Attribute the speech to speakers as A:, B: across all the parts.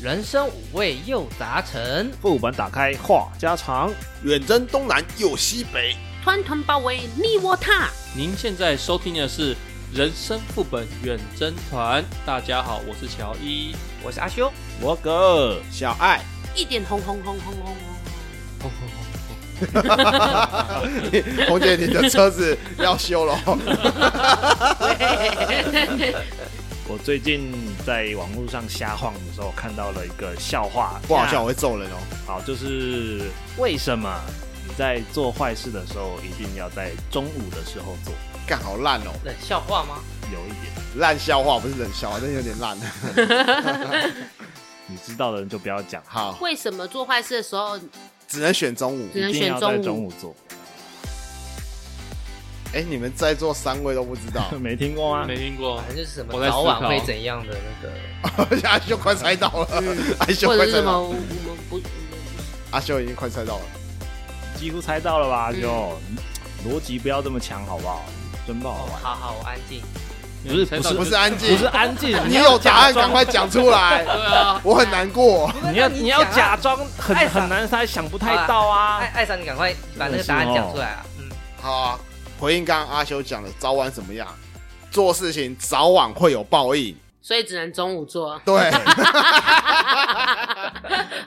A: 人生五味又杂陈。
B: 副本打开话家常，
C: 远征东南又西北，
D: 团团包围你我他。
E: 您现在收听的是《人生副本远征团》，大家好，我是乔伊。
A: 我是阿修，
B: 我哥，
C: 小爱，
D: 一点红红红红红红红。
E: 轰轰轰
C: 红姐，你的车子要修了哦。
B: 我最近在网络上瞎晃的时候，看到了一个笑话，
C: 不好笑，我会揍人哦。
B: 好，就是为什么你在做坏事的时候，一定要在中午的时候做？
C: 干好烂哦，
A: 冷笑话吗？
B: 有一点，
C: 烂笑话不是冷笑话，真的有点烂。
B: 你知道的人就不要讲，
C: 好，
D: 为什么做坏事的时候
C: 只能选中午。
D: 只能
B: 一定
D: 选
B: 要在
D: 中
B: 中
D: 午？
B: 午做。，
C: 哎、你们在座三位都不知道
B: 没听过吗？
D: 嗯
E: 没听过
A: 反，正就是什么
E: 我在思
A: 早晚
E: 考
A: 会怎样的那个。
C: 阿修快猜到了，阿
D: 嗯
C: 修
D: 或者
C: 快
D: 是
C: 猜
D: 什么？
C: 到了，
D: 我我们不，我们
C: 阿修已经快猜到了。
B: 几乎猜到了吧？
D: 嗯
B: 就嗯逻辑不要这么强，好不好？真不好
A: 哦，
B: 玩。
A: 好好，我安静。
B: 不是
E: 猜到
B: 不
C: 不
B: 是
C: 是安
B: 不
C: 静
B: 是，安静，
C: 你
B: 要
C: 有答案
B: 假装
C: 赶快讲出 来，
E: 对啊，
C: 我很难过。
B: 你要
A: 那
B: 你要
A: 讲啊
B: 假装很
A: 艾莎
B: 很难猜，想不太到
A: 艾
B: 啊。
A: 艾莎，你赶快把那个答案讲出来啊！嗯，
C: 好啊、回应刚刚阿修讲的，早晚怎么样？做事情早晚会有报应。。
D: 所以只能中午做
C: 对，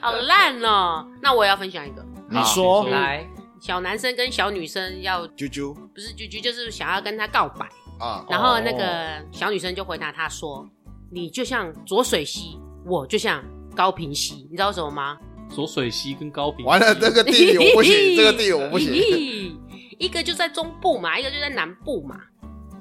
D: 好烂哦！那我也要分享一个，
B: 你说
E: 嗯
A: 来，
D: 小男生跟小女生要
C: 啾啾
D: 不是居居，就是想要跟他告白，
C: 啊，
D: 然后那个小女生就回答他说：“你就像浊水溪，我就像高平溪，你知道为什么吗？”
E: 左水溪跟高平
C: 完了这个地理我不行，这个地理我不 行。
D: 行。一个就在中部嘛，一个就在南部嘛，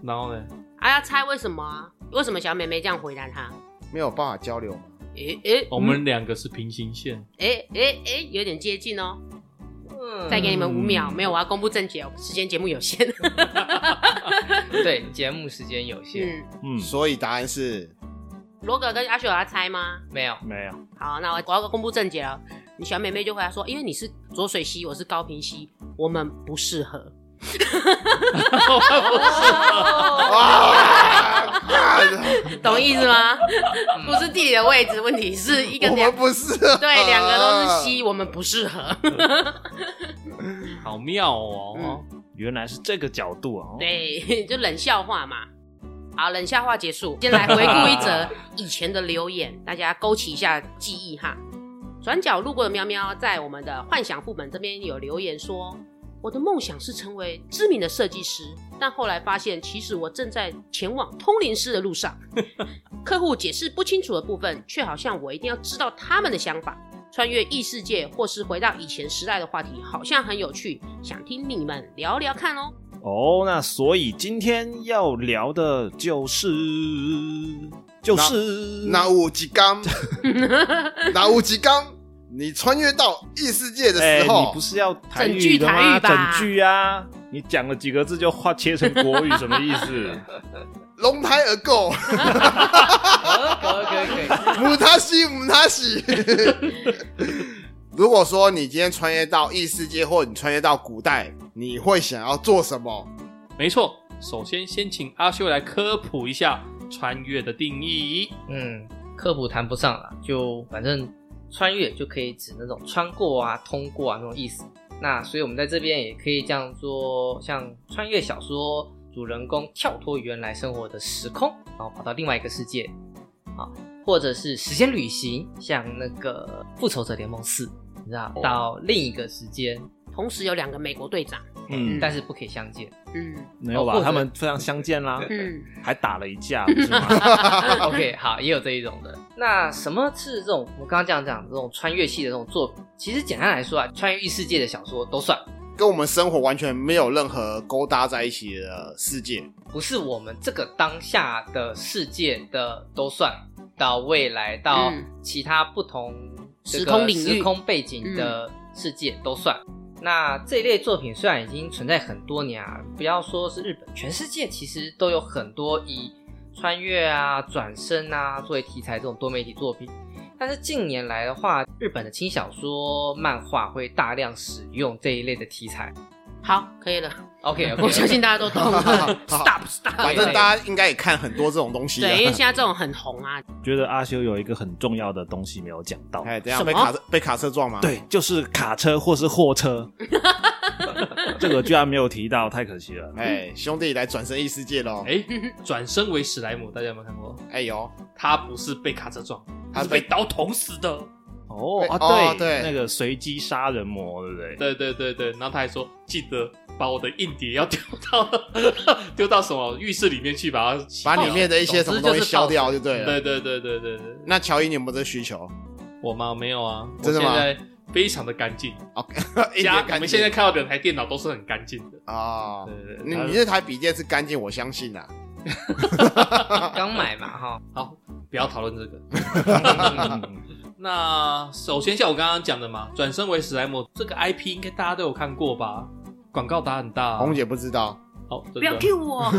E: 然后呢？
D: 啊，要猜为什么啊？为什么小美妹这样回答他？
C: 没有办法交流吗？
D: 诶诶嗯
E: 我们两个是平行线，
D: 诶诶诶，有点接近哦。
A: 嗯
D: 再给你们五秒，
B: 嗯
D: 没有，我要公布正解哦，时间节目有限。
A: 对，节目时间有限，
D: 嗯，
B: 嗯，
C: 所以答案是
D: 罗格跟阿雪有要猜吗？
A: 没有。
B: 嗯没有，
D: 好，那我我要公布正解了。你小美妹就回答说，因为你是浊水溪，我是高平溪，我们不适合。哦
C: 啊，干
D: 懂意思吗？
A: 嗯
D: 不是地理的位置问题，是 一个
C: 我
D: 两
C: 们不啊是啊
D: 对两个都是，西，我们不适合。
E: 好妙哦
D: 嗯！
B: 原来是这个角度啊。哦
D: 对， 就冷笑话嘛。好，冷笑话结束，先来回顾一则以前的留言，大家勾起一下记忆哈。转角路过的喵喵在我们的幻想副本这边有留言说：“我的梦想是成为知名的设计师，但后来发现其实我正在前往通灵师的路上。客户解释不清楚的部分，却好像我一定要知道他们的想法。穿越异世界或是回到以前时代的话题，好像很有趣，想听你们聊聊看哦。”
B: 哦，那所以今天要聊的就是就是
C: 那 五吉刚，那五吉刚，你穿越到异世界的
B: 哎
C: 时候，
B: 你不是要台语的
D: 整句台
B: 吗？
D: 语吧
B: 整句啊，你讲了几个字就话切成国语，什么意 思？
C: 龙胎 而购，
A: 可以可以可以可以，
C: 母他西母他西。 如果说你今天穿越到异世界，或你穿越到古代，你会想要做什么？
E: 没错，首先先请阿修来科普一下穿越的定义。
A: 嗯，科普谈不上啦，就反正穿越就可以指那种穿过啊、通过啊那种意思。那所以我们在这边也可以这样做，像穿越小说，主人公跳脱原来生活的时空，然后跑到另外一个世界，啊，或者是时间旅行，像那个《复仇者联盟四》，你知道，到另一个时间，
D: 同时有两个美国队长。
B: 嗯，
A: 但是不可以相见。
D: 嗯
B: 没有
A: 或
B: 吧？
A: 者
B: 他们非常相见啦，
D: 嗯，
B: 还打了一架，不是吗？
A: OK，好，也有这一种的。那什么是这种我刚刚这样讲这种穿越系的这种作品？其实简单来说啊，穿越异世界的小说都算，
C: 跟我们生活完全没有任何勾搭在一起的世界，
D: 哦
A: 不是我们这个当下的世界的都算，到未来到
D: 嗯
A: 其他不同这个
D: 时空领域嗯
A: 时空背景的世界都算。那这一类作品虽然已经存在很多年啊，不要说是日本，全世界其实都有很多以穿越啊、转身啊作为题材这种多媒体作品。但是近年来的话，日本的轻小说、漫画会大量使用这一类的题材，
D: 好，可以了，
A: OK，, o k
D: 我相信大家都懂了。stop stop，
C: 反正大家应该也看很多这种东西啊。
D: 对，因为现在这种很红啊，
B: 觉得阿修有一个很重要的东西没有讲到，
C: 哎，等一下
D: 什么
C: 被卡车被卡车撞吗？，
B: 对，就是卡车或是货 车，这个居然没有提到，太可惜了。
C: 哎，兄弟来转身异世界喽！
E: 哎，转身为史莱姆，大家有没有看过？
C: 哎呦，
E: 他不是被卡车撞，
C: 他
E: 他
C: 是
E: 是
C: 被
E: 被刀捅死的。
B: 哦啊，
C: 哦
B: 对
C: 对
B: 那个随机杀人魔，对不对？
E: 对对对对，然后他还说记得把我的硬碟要丢到 丢到什么浴室里面去，把它洗
C: 把里
E: 掉
C: 面的 一些什
E: 哦总
C: 么
E: 之
C: 东西
E: 就是
C: 消
E: 倒
C: 掉
E: 水
C: 就对了。
E: 对对对对对对，
C: 那乔伊，你有没有这 需求？
E: 我吗？没有啊，我
C: 真的吗
E: 现在非常的干净，
C: 一
E: 家
C: 点
E: 我们
C: 干净
E: 现在看到两台电脑都是很干净的。
B: 嗯
C: 啊，
E: 对对
C: 你
E: 对，
C: 你这台笔电是干净，我相信啊。
A: 刚买嘛 哈，
E: 好，不要讨论 这个。
B: 嗯
E: 那首先像我刚刚讲的嘛，转身为史莱姆这个 IP 应该大家都有看过吧？广告打很大、啊，
C: 红姐不知道，
E: 好，真的
D: 不要 cue 我。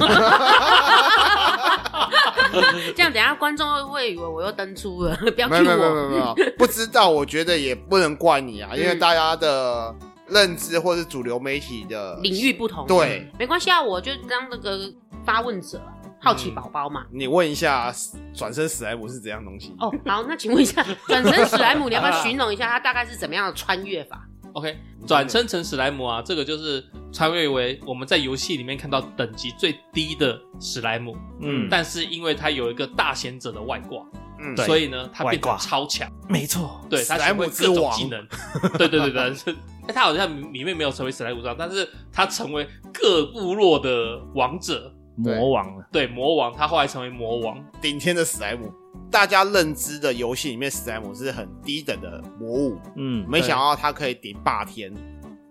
D: 这样等一下观众会以为我又登出 了，不要
C: 没有
D: cue
C: 没有没有没
D: 我。
C: 有没有，不知道，我觉得也不能怪你啊，因为
D: 嗯
C: 大家的认知或是主流媒体的
D: 领域不同，
C: 对，
D: 没关系啊，我就当那个发问者啊，好奇宝宝嘛。
C: 你问一下，转身史莱姆是怎样东西？
D: 哦，好，那请问一 下，转身史莱姆，你要不要形容一下它大概是怎么样的穿越法？
E: OK，转身成史莱姆啊，这个就是穿越为我们在游戏里面看到等级最低的史莱姆，
B: 嗯，
E: 但是因为它有一个大贤者的外挂，
C: 嗯，
B: 对
E: 所以呢，它
B: 外
E: 变得
B: 挂
E: 超强，
B: 没错，
E: 对，它
C: 史莱
E: 学
C: 姆
E: 会
C: 之
E: 各种
C: 王
E: 技能，对对对对 是。哎，他好像里面没有成为史莱姆之王，但是他成为各部落的王者，
B: 魔王啊了，
E: 对魔王，他后来成为魔王，
C: 顶天的史莱姆，大家认知的游戏里面，史莱姆是很低等的魔物，
B: 嗯，
C: 没想到它可以顶霸天。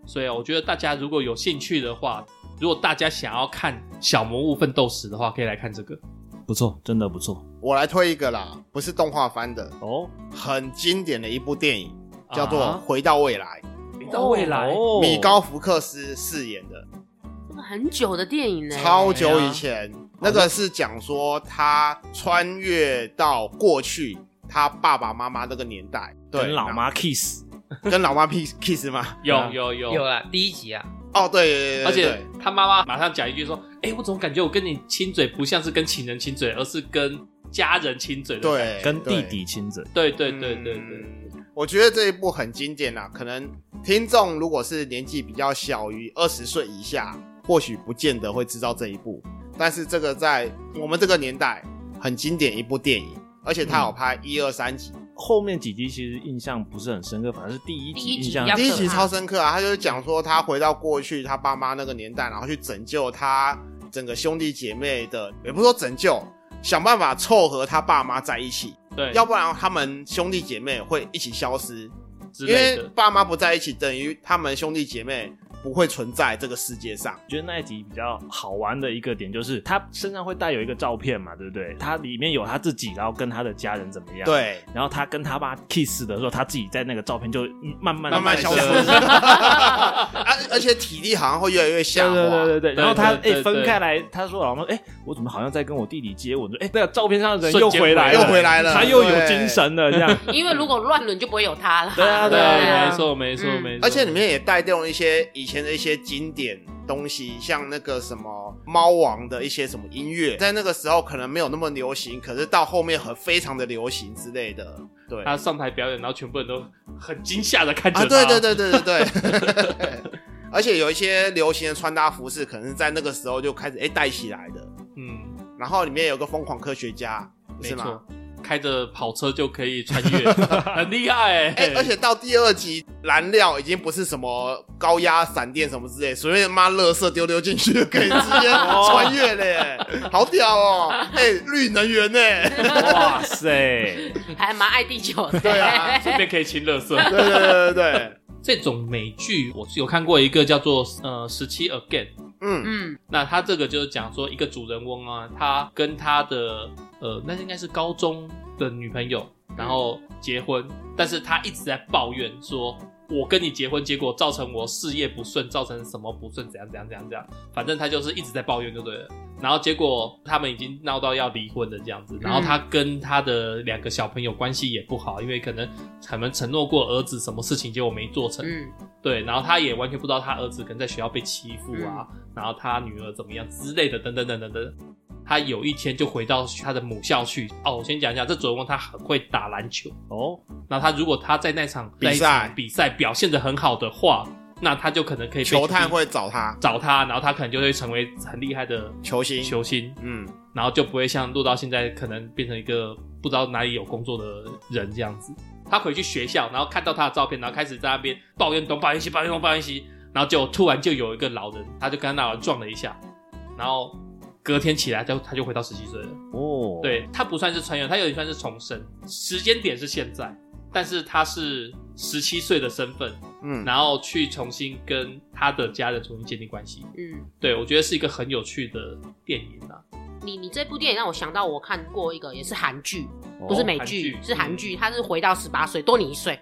E: 所以啊，我觉得大家如果有兴趣的话，如果大家想要看小魔物奋斗史的话，可以来看这个。
B: 不错，真的不错
C: 我来推一个啦，不是动画番的，
B: 哦。
C: 很经典的一部电影，叫做《
E: 啊
C: 回到未来
E: 回到未来，
B: 哦
C: 米高福克斯饰演的，
D: 这个很久的电影呢、
C: 超久以前，那个是讲说他穿越到过去，他爸爸妈妈那个年代，对，
B: 跟老妈 kiss，
C: 跟老妈 kiss kiss 吗？
E: 有有有
A: 有啦，第一集啊，
C: 哦，对对对对
E: 而且
C: 对
E: 他妈妈马上讲一句说：“哎、我总感觉我跟你亲嘴不像是跟情人亲嘴，而是跟家人亲嘴的感觉。
C: 对，
B: 跟弟
C: 哎对
B: 弟亲嘴，
E: 对”对对对对对，
C: 嗯我觉得这一部很经典啦，可能听众如果是年纪比较小于二十岁以下，或许不见得会知道这一部，但是这个在我们这个年代很经典一部电影，而且它有
E: 嗯
C: 拍一二三集，
B: 后面几集其实印象不是很深刻，反而是第一
D: 第
B: 集
D: 一
B: 印
D: 集
B: 象
D: 比较
C: 第一
D: 可
C: 集
D: 怕
C: 超深刻啊，他就是讲说他回到过去他爸妈那个年代，然后去拯救他整个兄弟姐妹的，也不是说拯救，想办法凑合他爸妈在一起，
E: 对，
C: 要不然他们兄弟姐妹会一起消失，
E: 之
C: 因
E: 类
C: 为
E: 的。
C: 爸妈不在一起，等于他们兄弟姐妹不会存在这个世界上。
B: 我觉得那一集比较好玩的一个点就是，他身上会带有一个照片嘛，对不对？他里面有他自己，然后跟他的家人怎么样？。
C: 对，
B: 然后他跟他爸 kiss 的时候，他自己在那个照片就慢慢
C: 慢慢
B: 地
C: 消失，
B: 对
C: 而而且体力好像会越来越啊下滑。
B: 对对对对。然后他
E: 对对
B: 哎
E: 对对
B: 分开来，他说老妈哎，我怎么好像在跟我弟弟接吻？说哎，那个照片上的人
E: 瞬
B: 又
E: 间
B: 回来了，
C: 又回来了
B: 他又有
C: 对
B: 精神了，这样。
D: 因为如果乱伦就不会有它了。
B: 对啊
E: 对，
B: 对啊
E: 没错没错
D: 嗯
E: 没错。
C: 而且里面也带动一些以前的一些经典东西，像那个什么猫王的一些什么音乐，在那个时候可能没有那么流行，可是到后面很非常的流行之类的。对
E: 他上台表演，然后全部人都很惊吓的看着
C: 啊，
E: 他。
C: 对对对对对对。 而且有一些流行的穿搭服饰，可能是在那个时候就开始哎带起来的。
E: 嗯，
C: 然后里面有个疯狂科学家，
E: 没
C: 是吗
E: 错？，开着跑车就可以穿 越，很厉害、欸。
C: 哎、而且到第二集，燃料已经不是什么高压闪电什么之类，随便妈垃圾丢丢进去就可以直接穿越嘞、好屌哦！哎、绿能源呢、
B: 哇塞！
D: 还蛮爱地球的。
C: 对啊
E: 顺便可以亲乐色。
C: 对对对对对，
E: 这种美剧我是有看过一个叫做呃《十七 Again》，
C: 嗯，
D: 嗯，
E: 那他这个就是讲说一个主人翁啊，他跟他的呃，那应该是高中的女朋友，然后结婚，但是他一直在抱怨说，我跟你结婚，结果造成我事业不顺，造成什么不顺，怎样怎样怎样怎样，反正他就是一直在抱怨就对了。然后结果他们已经闹到要离婚的这样子，然后他跟他的两个小朋友关系也不好，因为可能可能承诺过儿子什么事情，结果没做成，
D: 嗯，
E: 对，然后他也完全不知道他儿子可能在学校被欺负啊，然后他女儿怎么样之类的，等等等等等。他有一天就回到他的母校去。哦，我先讲一下，这主人公他很会打篮球。
B: 哦，
E: 那他如果他在那场
C: 比赛
E: 在一场比赛表现的很好的话，那他就可能可以被
C: 球探会找他
E: 找他，然后他可能就会成为很厉害的
C: 球星，
E: 球星，
C: 嗯，
E: 然后就不会像落到现在可能变成一个不知道哪里有工作的人这样子。他回去学校，然后看到他的照片，然后开始在那边抱怨东抱怨西，抱怨东抱怨西，然后就突然就有一个老人，他就跟那老人撞了一下，然后隔天起来就他就回到十七岁了。
B: 哦，，
E: 对，他不算是穿越，他有点算是重生，时间点是现在，但是他是十七岁的身份，
C: 嗯，
E: 然后去重新跟他的家人重新建立关系。
D: 嗯，
E: 对，我觉得是一个很有趣的电影啊。
D: 你你这部电影让我想到我看过一个也是韩剧，
B: 哦
D: 不是美剧
E: 哦韩，剧嗯
D: 是韩剧，它是回到十八岁，多你一 岁。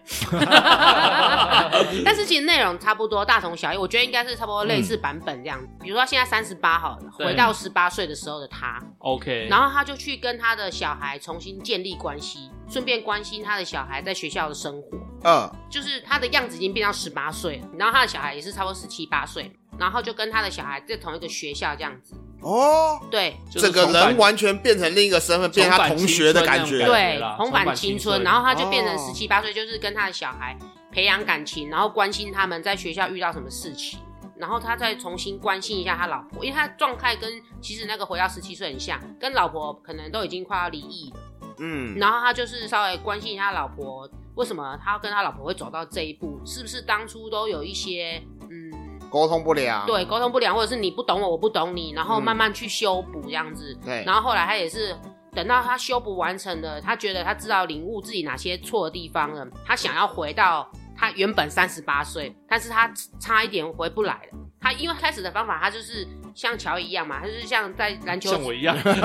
D: 但是其实内容差不多，大同小异。我觉得应该是差不多类似版本这样。
E: 嗯
D: 比如说现在三十八好了，
E: 对
D: 回到十八岁的时候的他，
E: OK，
D: 然后他就去跟他的小孩重新建立关系，顺便关心他的小孩在学校的生活。
C: 二
D: 就是他的样子已经变到十八岁了，然后他的小孩也是差不多十七八岁，然后就跟他的小孩在同一个学校这样子。
C: 哦，
D: 对
E: 就是
C: 整个
E: 重返
C: 人完全变成另一个身份，变成他同学的感
E: 重返青春那
C: 觉，
E: 种
D: 对
E: 啦，
D: 重
E: 重
D: 返
E: 返
D: 青
E: 青
D: 春，
E: 春
D: 然后他就变成
C: 哦
D: 十七八岁，就是跟他的小孩培养感情，然后关心他们在学校遇到什么事情。然后他再重新关心一下他老婆，因为他状态跟其实那个回到十七岁很像，跟老婆可能都已经快要离异了。
C: 嗯，
D: 然后他就是稍微关心一下老婆，为什么他跟他老婆会走到这一步，是不是当初都有一些嗯
C: 沟通不良，
D: 对，沟通不良，或者是你不懂我，我不懂你，然后
C: 嗯
D: 慢慢去修补这样子。
C: 对
D: 然后后来他也是等到他修补完成了，他觉得他知道领悟自己哪些错的地方了，他想要回到他原本三十八岁，但是他差一点回不来了。他因为开始的方法，他就是像乔伊一样嘛，他就是像在篮球
E: 像我一样，
D: 不是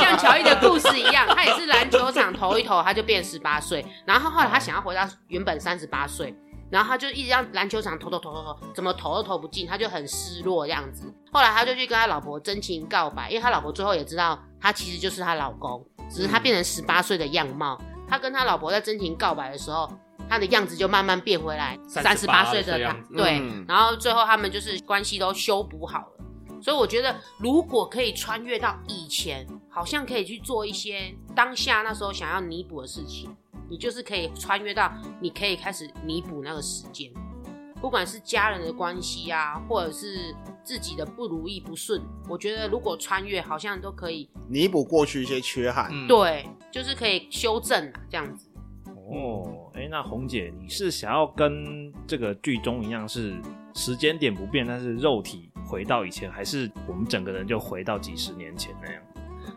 D: 像乔伊的故事一样，他也是篮球场投一投，他就变十八岁。然后后来他想要回到原本三十八岁，然后他就一直让篮球场投投投投投，怎么投都投不进，他就很失落这样子。后来他就去跟他老婆真情告白，因为他老婆最后也知道他其实就是她老公，只是他变成十八岁的样貌。他跟他老婆在真情告白的时候，他的样子就慢慢变回来三十八
E: 38
D: 岁的
E: 的
D: 他
E: 样子，
D: 对。
C: 嗯
D: 然后最后他们就是关系都修补好了。所以我觉得，如果可以穿越到以前，好像可以去做一些当下那时候想要弥补的事情。你就是可以穿越到，你可以开始弥补那个时间，不管是家人的关系啊，或者是自己的不如意不顺，我觉得如果穿越，好像都可以，
C: 弥补过去一些缺憾。
E: 嗯，
D: 对，就是可以修正啊，这样子。
B: 哦，哎、那红姐，你是想要跟这个剧中一样是时间点不变，但是肉体回到以前，还是我们整个人就回到几十年前那样？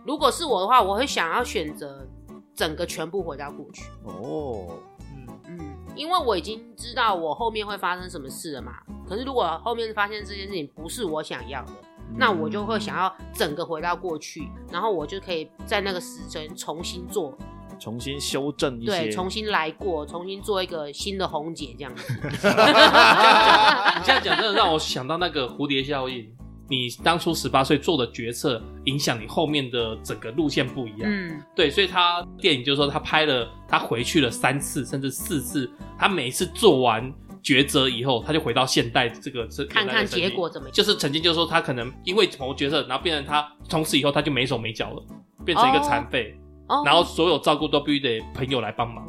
D: 如果是我的话，我会想要选择整个全部回到过去。
B: 哦，
A: 嗯，
D: 嗯，因为我已经知道我后面会发生什么事了嘛。可是如果后面发现这件事情不是我想要的，
B: 嗯
D: 那我就会想要整个回到过去，然后我就可以在那个时辰重新做，
B: 嗯重新修正一些，
D: 对，重新来过，重新做一个新的红姐这样子。
E: 你这样讲真的让我想到那个蝴蝶效应。你当初十八岁做的决策，影响你后面的整个路线不一样。
D: 嗯，
E: 对，所以他电影就是说他拍了，他回去了三次甚至四次，他每次做完抉择以后，他就回到现代这个这
D: 看看结。
E: 原来的身体
D: 果怎么样。
E: 就是曾经就是说他可能因为某个角色，然后变成他从此以后他就没手没脚了，变成一个残废。
D: 哦
E: 然后所有照顾都必须得朋友来帮忙，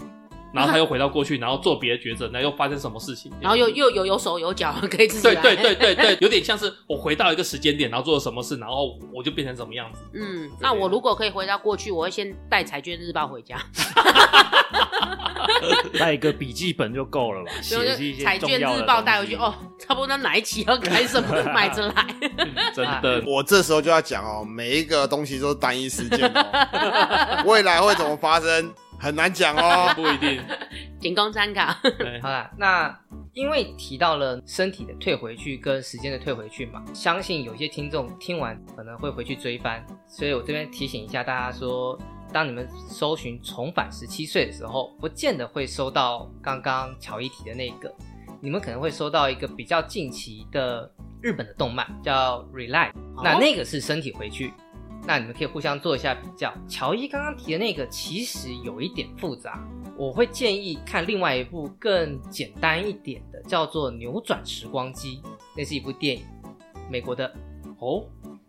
E: 然后他又回到过去，然后做别的抉择，那又发生什么事情？
D: 然后又又有有手有脚，可以自己
E: 对
D: 来。
E: 对对对对，有点像是我回到一个时间点，然后做了什么事，然后我就变成什么样子。
D: 嗯，那我如果可以回到过去，我会先带《财券日报》回家，
B: 带一个笔记本就够了吧？
D: 然后就
B: 写一
D: 《
B: 些
D: 财
B: 重
D: 券
B: 要的
D: 日报》
B: 东
D: 带回去。
B: 西，
D: 哦，差不多哪一期要开什么， 买着来。
E: 嗯真的，
B: 啊
C: 我这时候就要讲哦，每一个东西都是单一事件哦，未来会怎么发生很难讲哦。
E: 不一 定。
D: 仅供参考。
E: 对
A: 好啦，那因为提到了身体的退回去跟时间的退回去嘛，相信有些听众听完可能会回去追番，所以我这边提醒一下大家说，当你们搜寻重返十七岁的时候，不见得会搜到刚刚乔伊提的那个，你们可能会搜到一个比较近期的。日本的动漫叫《Rely》，那那个是身体回去。那你们可以互相做一下比较。乔伊刚刚提的那个其实有一点复杂，我会建议看另外一部更简单一点的，叫做《扭转时光机》，那是一部电影，美国的。
E: 哦，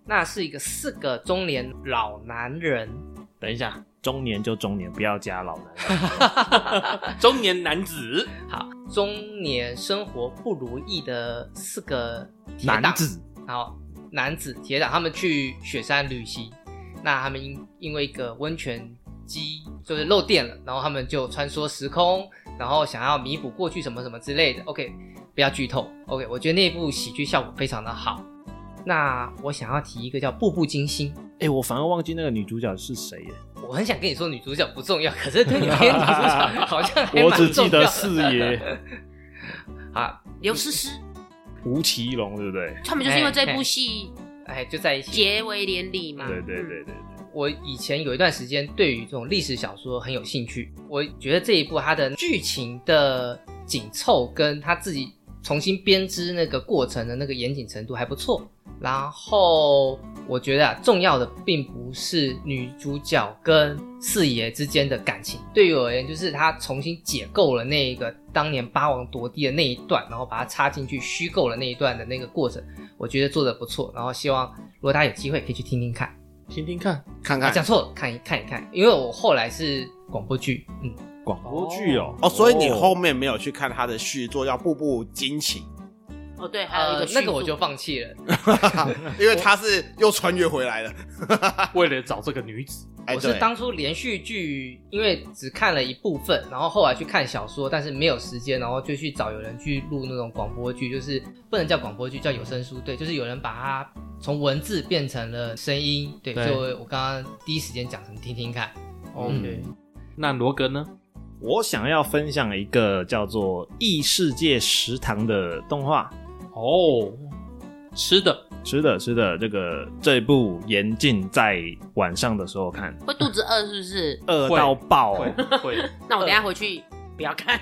A: 那是一个四个中年老男人，
E: 等一下，
B: 中年就中年，不要加老男人。
E: 哎中年男子，
A: 好，中年生活不如意的四个铁
B: 男
A: 党
B: 子
A: 好，男子铁党他们去雪山旅行，那他们因因为一个温泉机就是漏电了，然后他们就穿梭时空，然后想要弥补过去什么什么之类的。OK，不要剧透。OK，我觉得那部喜剧效果非常的好。那我想要提一个叫《步步惊心
B: 哎、我反而忘记那个女主角是 谁耶，》，
A: 我很想跟你说女主角不重要，可是对你而言女主角好像还
B: 我
A: 蛮
B: 只记
A: 重要
B: 得
A: 的
B: 四 爷
A: 啊，
D: 刘诗诗，
B: 吴奇隆，对不对？
D: 他们就是因为这部戏
A: 哎，就在一起。
D: 结为连理嘛。
B: 对对
D: 嗯
B: 对对对。
A: 我以前有一段时间对于这种历史小说很有兴趣，我觉得这一部它的剧情的紧凑跟他自己重新编织那个过程的那个严谨程度还不错。然后我觉得啊，重要的并不是女主角跟四爷之间的感情，对于我而言，就是他重新解构了那个当年八王夺嫡的那一段，然后把它插进去虚构了那一段的那个过程，我觉得做的不错。然后希望如果大家有机会可以去听听看。
E: 听听看，
C: 看
A: 啊，
C: 看
A: 讲错了，看一看一看，因为我后来是广播剧，嗯，
B: 广播剧哦，
C: 哦，所以你后面没有去看他的续作叫《步步惊情，
D: 哦对，还有一
A: 呃
D: 个，
A: 那个我
D: 叙述
A: 就放弃了。》
C: 因为他是又穿越回来了。
E: 为了找这个女子，
C: 哎，
A: 我是
C: 对
A: 当初连续剧，因为只看了一部分，然后后来去看小说，但是没有时间，然后就去找有人去录那种广播剧，就是不能叫广播剧，叫有声书，对，就是有人把它从文字变成了声音，对，
E: 对
A: 所以我我刚刚第一时间讲成听听看，
B: 嗯
E: OK，那罗格呢？
B: 我想要分享一个叫做《异世界食堂》的动画，
E: 哦，吃的
B: 是的，是的，这个这一部严禁在晚上的时候看，
D: 会肚子饿是不是？
B: 饿到爆、
E: 会
B: 哦。
E: 会，
D: 那我等一下回去不 要看。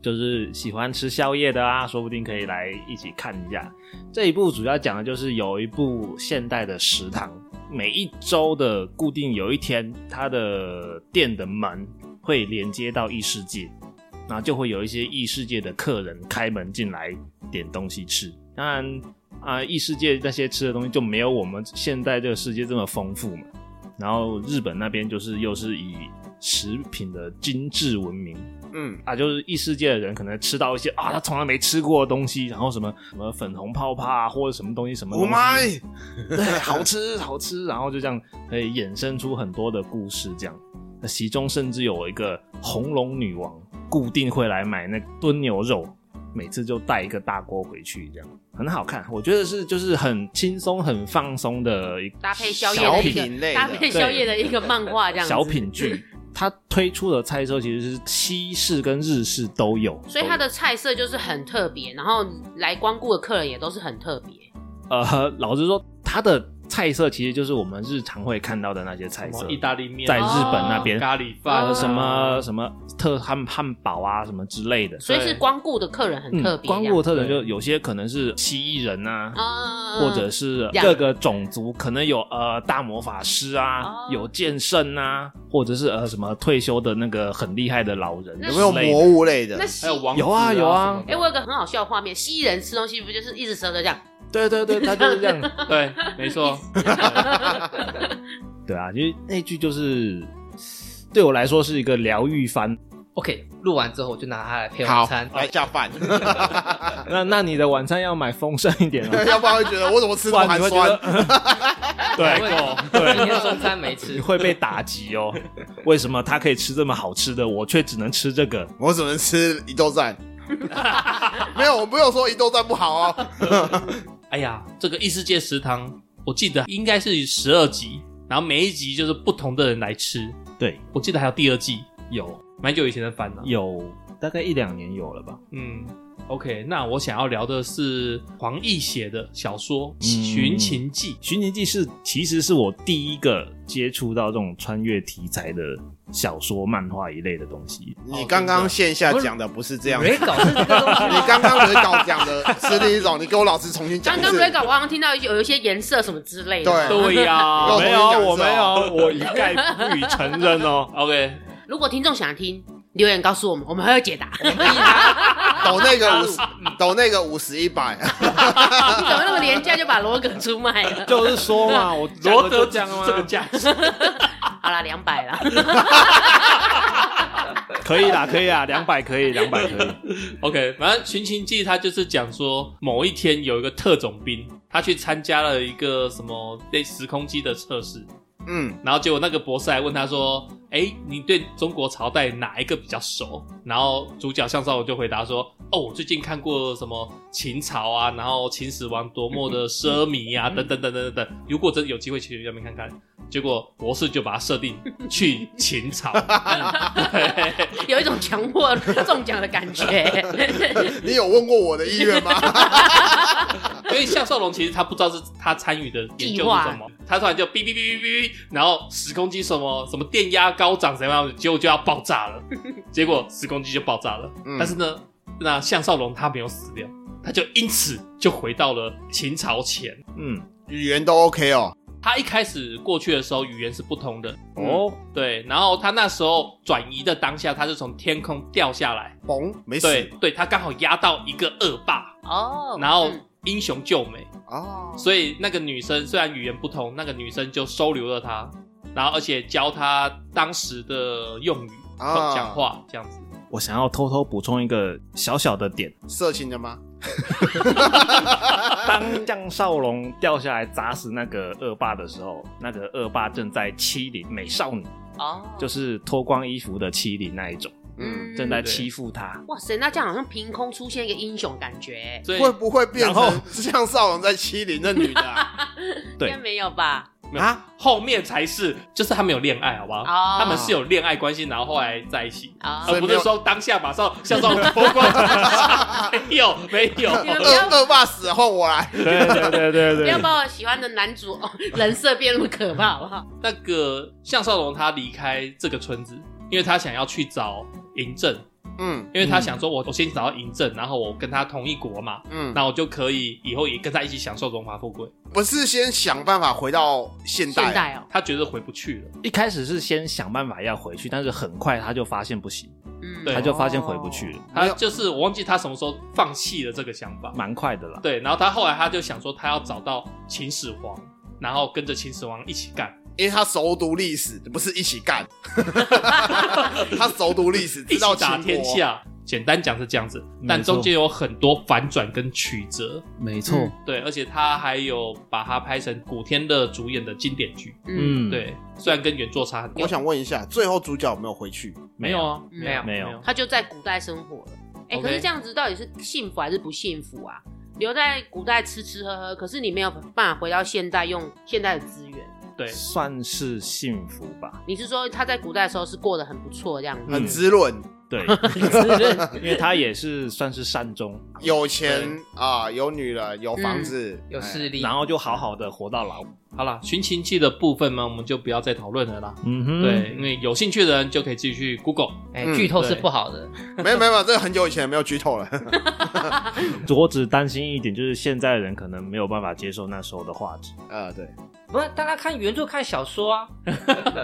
B: 就是喜欢吃宵夜的啊，说不定可以来一起看一下。这一部主要讲的就是有一部现代的食堂，每一周的固定有一天，它的店的门会连接到异世界，那就会有一些异世界的客人开门进来点东西吃。当然啊，异世界那些吃的东西就没有我们现在这个世界这么丰富嘛。然后日本那边就是又是以食品的精致闻名，
C: 嗯，
B: 啊，就是异世界的人可能吃到一些啊，他从来没吃过的东西，然后什么什么粉红泡泡啊，或者什么东西什么
C: 我
B: 东
C: 妈
B: 西， 对，好吃好吃，然后就这样可以衍生出很多的故事，这样。那其中甚至有一个红龙女王，固定会来买那炖牛肉，每次就带一个大锅回去，这样很好看。我觉得是就是很轻松、很放松的一
D: 搭配宵夜
C: 小
D: 的一
C: 品类
D: 个
C: 的
D: 搭配宵夜的一个漫画这样子，
B: 小品剧。它推出的菜色其实是西式跟日式都有，
D: 所以它的菜色就是很特别，然后来光顾的客人也都是很特别。
B: 呃，老实说，它的菜色其实就是我们日常会看到的那些
E: 什
B: 菜色
E: 么，意大利面啊，
B: 在日本那边
E: 咖喱饭啊
B: 呃什么什么特汉汉堡啊，什么之类的。嗯
D: 所以是光顾的客人很特别这样
B: 光
D: 子，
B: 顾特点
E: 对
B: 就有些可能是蜥蜴人啊。
D: 啊，
B: 或者是
D: 两
B: 各个种族，可能有呃大魔法师啊，
D: 哦
B: 有剑圣啊，或者是呃什么退休的那个很厉害的老人，
D: 那
C: 有
D: 是
B: 之类
C: 没有
B: 的
C: 魔物类的
D: 那？蜥
E: 还有王子
B: 有啊有啊
D: 哎、我有个很好笑的画面，蜥蜴人吃东西不就是一直舌头这样？
B: 对对对，他就是这样。
E: 什么的对，没错，
B: 对啊，其实那句就是对我来说是一个疗愈番。
A: OK，录完之后我就拿它来配晚
C: 好哎
A: 餐，，
C: 来下饭，
B: 那那你的晚餐要买丰盛一点哦。
C: 要不然会觉得我怎么吃
B: 不
C: 那么
B: 然
C: 寒
B: 你会觉
C: 酸
B: 得？ 对
A: 对，今天中餐没吃
B: 你，会被打击哦。为什么他可以吃这么好吃的，我却只能吃这个？
C: 我只能吃一豆站。没有，我没有说一豆站不好哦。
E: 哎呀，这个异世界食堂，我记得应该是十二集，然后每一集就是不同的人来吃。
B: 对，
E: 我记得还有第二季，
B: 有
E: 蛮久以前的番了、
B: 有大概一两年有了吧。
E: 嗯， OK，那我想要聊的是黄奕写的小说《
B: 嗯
E: 寻秦记》。
B: 《寻秦记》是其实是我第一个接触到这种穿越题材的小说、漫画一类的东西。
C: 你刚刚线下讲的不是这样子，
A: 没哎搞是这个东西
C: 你
A: 吗？
C: 刚刚 r 稿讲的是另一种，你给我老师重新讲
D: 刚
C: 一
D: 刚
C: 次。
D: Rega 我好像听到有有一些颜色什么之类的。
C: 对
E: 对呀、。
C: 哦
B: 嗯啊没有，我
C: 我
B: 没
C: 跟你
B: 有，
C: 讲
B: 我一概不予承认哦
E: OK，
D: 如果听众想听，留言告诉我们，我们还会解答。 你
E: 啊
C: 抖那个五十，抖那个五十一百，
D: 怎么那么廉价就把罗格出卖 了？
B: 就是说嘛，我
E: 罗德
B: 讲
E: 讲
B: 了
E: 这个
B: 吗？
E: 价值，
D: 好啦，两百啦。
B: 可以啦，可以啦，两百可以，两百可以。
E: OK，反正《寻秦记》它就是讲说，某一天有一个特种兵，他去参加了一个什么类时空机的测试，
C: 嗯，
E: 然后结果那个博士还问他说：“哎，你对中国朝代哪一个比较熟？”然后主角项少龙就回答说：“哦，我最近看过什么秦朝啊，然后秦始皇多么的奢靡啊，等等等等等等。如果真的有机会去那边看看。”结果博士就把它设定去秦朝，对
D: 有一种强迫 中奖的感觉。
C: 你有问过我的意 愿吗？
E: 因为向少龙其实他不知道是他参与的研究是什么，他突然就哔哔哔哔哔，然后时空机什么什么电压高涨怎么样，结果就要爆炸 了，结果时空机就爆炸了。
C: 嗯
E: 但是呢，那向少龙他没有死掉，他就因此就回到了秦朝前。
B: 嗯，
C: 语言都 OK 哦，
E: 他一开始过去的时候语言是不通的，嗯
B: 哦，
E: 对，然后他那时候转移的当下，他是从天空掉下来，
C: 嘣，没
E: 对
C: 事
E: 对，他刚好压到一个恶霸，
D: 哦，
E: 然后
D: 嗯
E: 英雄救美。
C: 哦，
E: 所以那个女生虽然语言不通，那个女生就收留了他，然后而且教他当时的用语
C: 啊
E: 讲话这样子。
B: 我想要偷偷补充一个小小的点：
C: 色情的吗？
B: 当将少龙掉下来砸死那个恶霸的时候，那个恶霸正在欺凌美少女，
D: 哦，
B: 就是脱光衣服的欺凌那一种，
C: 嗯，
B: 正在欺负他。
D: 哇塞，那这样好像凭空出现一个英雄感觉，
E: 所以
C: 会不会变
B: 然后
C: 成像少龙在欺凌那女 的啊？
B: 对
D: 应该没有吧？
E: 没有后面才是，就是他们有恋爱，好不好？
D: 哦
E: 他们是有恋爱关系，然后后来在一起，
D: 啊
C: 所
E: 而
C: 以
E: 不
C: 没
E: 是
C: 有
E: 说当下马上向上脱光。 没有没有，
D: 你们不要
C: 恶恶霸死后我来，
B: 对对对对
D: 不
B: 对
D: 要把我喜欢的男主哦人设变那么可怕，好不好？
E: 那个向少龙他离开这个村子，因为他想要去找嬴政，
C: 嗯
E: 因为他想说我我先找到嬴政，然后我跟他同一国嘛，
C: 嗯，
E: 那我就可以以后也跟他一起享受荣华富贵。
C: 不是先想办法回到现代啊
D: 现，代哦，
E: 他觉得回不去了，
B: 一开始是先想办法要回去，但是很快他就发现不行，
D: 嗯，
E: 对
B: 他就发现回不去了，
C: 没
E: 他
C: 有
E: 就是我忘记他什么时候放弃了这个想法。
B: 蛮快的啦。
E: 对，然后他后来他就想说，他要找到秦始皇，然后跟着秦始皇一起干，
C: 因为他熟读历史，不是一起干， 他熟读历史，
E: 一
C: 知道
E: 起打
C: 秦国
E: 天。下。简单讲是这样子，
B: 没
E: 但
B: 错
E: 中间有很多反转跟曲折。
B: 没
D: 错嗯
E: 对，而且他还有把它拍成古天乐主演的经典剧。
D: 嗯，
E: 对，虽然跟原作差很多
C: 我，想问一下，最后主角有没有回去？
B: 嗯
E: 没有啊，
D: 没有
B: 没有
D: 他就在古代生活了。哎、
E: OK
D: 可是这样子到底是幸福还是不幸福啊？留在古代吃吃喝喝，可是你没有办法回到现代用现代的资源。
E: 对，
B: 算是幸福吧。
D: 你是说他在古代的时候是过得很不错这样子？
C: 很滋润，
B: 对，因为他也是算是善 终，
C: 有钱啊，有女人，有房子，
B: 嗯
A: 有势
C: 哎
A: 力，
B: 然后就好好的活到老。
E: 好啦，寻秦记的部分呢，我们就不要再讨论了啦。
B: 嗯哼
E: 对，因为有兴趣的人就可以自己去 Google。
A: 哎，
C: 嗯
A: 剧透是
E: 对
A: 不好的。
C: 哎没有没有没有，这个很久以前没有剧透了。
B: 我只担心一点，就是现在人可能没有办法接受那时候的画质。
C: 呃，对，
A: 不是，大家看原著看小说啊。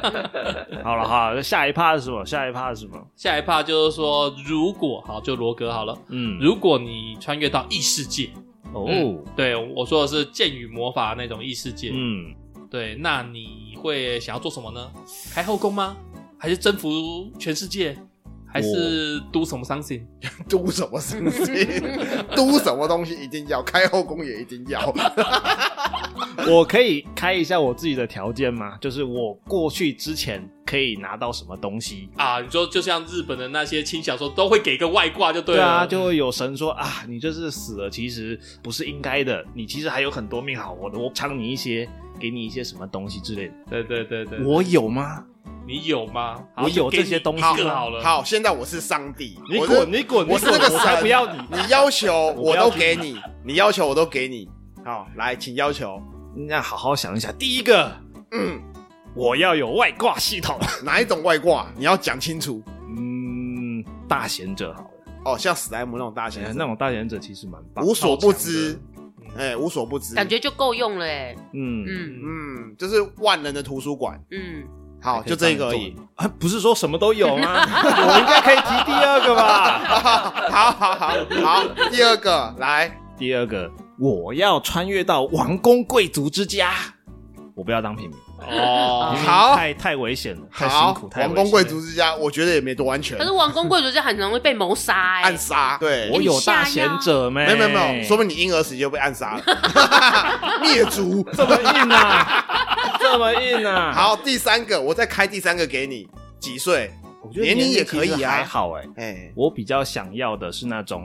B: 好了哈，那下一趴是什么？下一趴是什么？
E: 下一趴就是说，如果好，就罗格好了。
B: 嗯，
E: 如果你穿越到异世界，
B: 哦，
E: 对我说的是剑与魔法那种异世界，
B: 嗯，
E: 对，那你会想要做什么呢？开后宫吗？还是征服全世界？还是 do 什么 something？
C: 嘟什么东西？嘟什么东西一定要，开后宫也一定要。
B: 我可以开一下我自己的条件吗？就是我过去之前可以拿到什么东西？
E: 啊？你说就像日本的那些轻小说都会给一个外挂就对
B: 对
E: 了，
B: 啊，就会有神说啊，你就是死了，其实不是应该的，你其实还有很多命好活的，我抢你一些，给你一些什么东西之类的。
E: 对对对对，
B: 我有吗？
E: 你有吗？
B: 我有这些东西啊
E: 好就给你一个好了，
C: 好，现在我是上帝，
B: 你
C: 我
B: 滚，
C: 是
B: 你滚，你
C: 我是
B: 滚
C: 那个
B: 我才
C: 神
B: 不要你。
C: 你要求
B: 我不
C: 我
B: 要
C: 都
B: 听
C: 给你，你要求我都给你。好，来，请要求
B: 那好好想一下，第一个，
C: 嗯
B: 我要有外挂系统。
C: 哪一种外挂，你要讲清楚
B: 嗯，大贤者好了，
C: 哦，像史莱姆那种大型
B: 哎，那种大贤者其实蛮棒，
C: 无所不
B: 超
C: 知
B: 强的。，
C: 哎，无所不知，
D: 感觉就够用了哎、
B: 嗯，
D: 嗯
C: 嗯，就是万能的图书馆。
D: 嗯，
C: 好，
B: 可以
C: 就这个而
B: 帮
C: 已
B: 你。做啊，不是说什么都有 吗？我应该可以提第二个吧？
C: 好好好好，第二个来，
B: 第二个，我要穿越到王公贵族之家，我不要当平民，
E: 哦
B: 平民
C: 好
B: 太太危险了，太辛
C: 好
B: 苦，，太危
C: 王
B: 险
C: 公贵族
B: 了。
C: 之家，我觉得也没多安全
D: 可，是王公贵族就很容易被谋杀哎
C: 暗，杀。对，
B: 我有大贤者没？
C: 没有没有没有，说明你婴儿时就被暗杀了， 灭 族。
B: 这么硬啊， 这么硬啊！，
C: 好，第三个，我再开第三个给你，几岁？
B: 我觉得
C: 年龄也
B: 其实
C: 可以啊
B: 还好哎。
C: 哎，
B: 我比较想要的是那种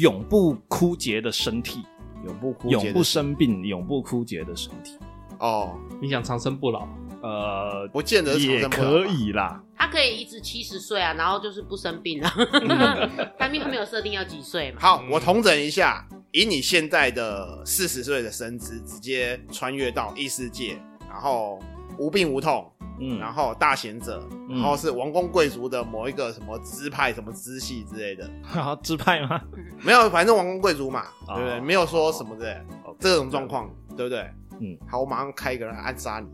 B: 永不枯竭的身体，
C: 永不枯竭的
B: 永不生病、永不枯竭的身体。
C: 哦，
E: 你想长生不 老？
B: 呃，
C: 不见得是长
B: 也
C: 生不老
B: 可以啦。
D: 他可以一直七十岁啊，然后就是不生病啊。他们他没有设定要几岁 嘛？
C: 好，我统整一下，以你现在的四十岁的身姿，直接穿越到异世界，然后无病无痛，
B: 嗯，
C: 然后大贤者，
B: 嗯
C: 然后是王公贵族的某一个什么支派、什么支系之类的，
B: 然后自拍吗？
C: 没有，反正王公贵族嘛，
B: 哦
C: 对不对？没有说什么的这种状况，对不对？
B: 嗯，
C: 好，我马上开一个人暗杀你。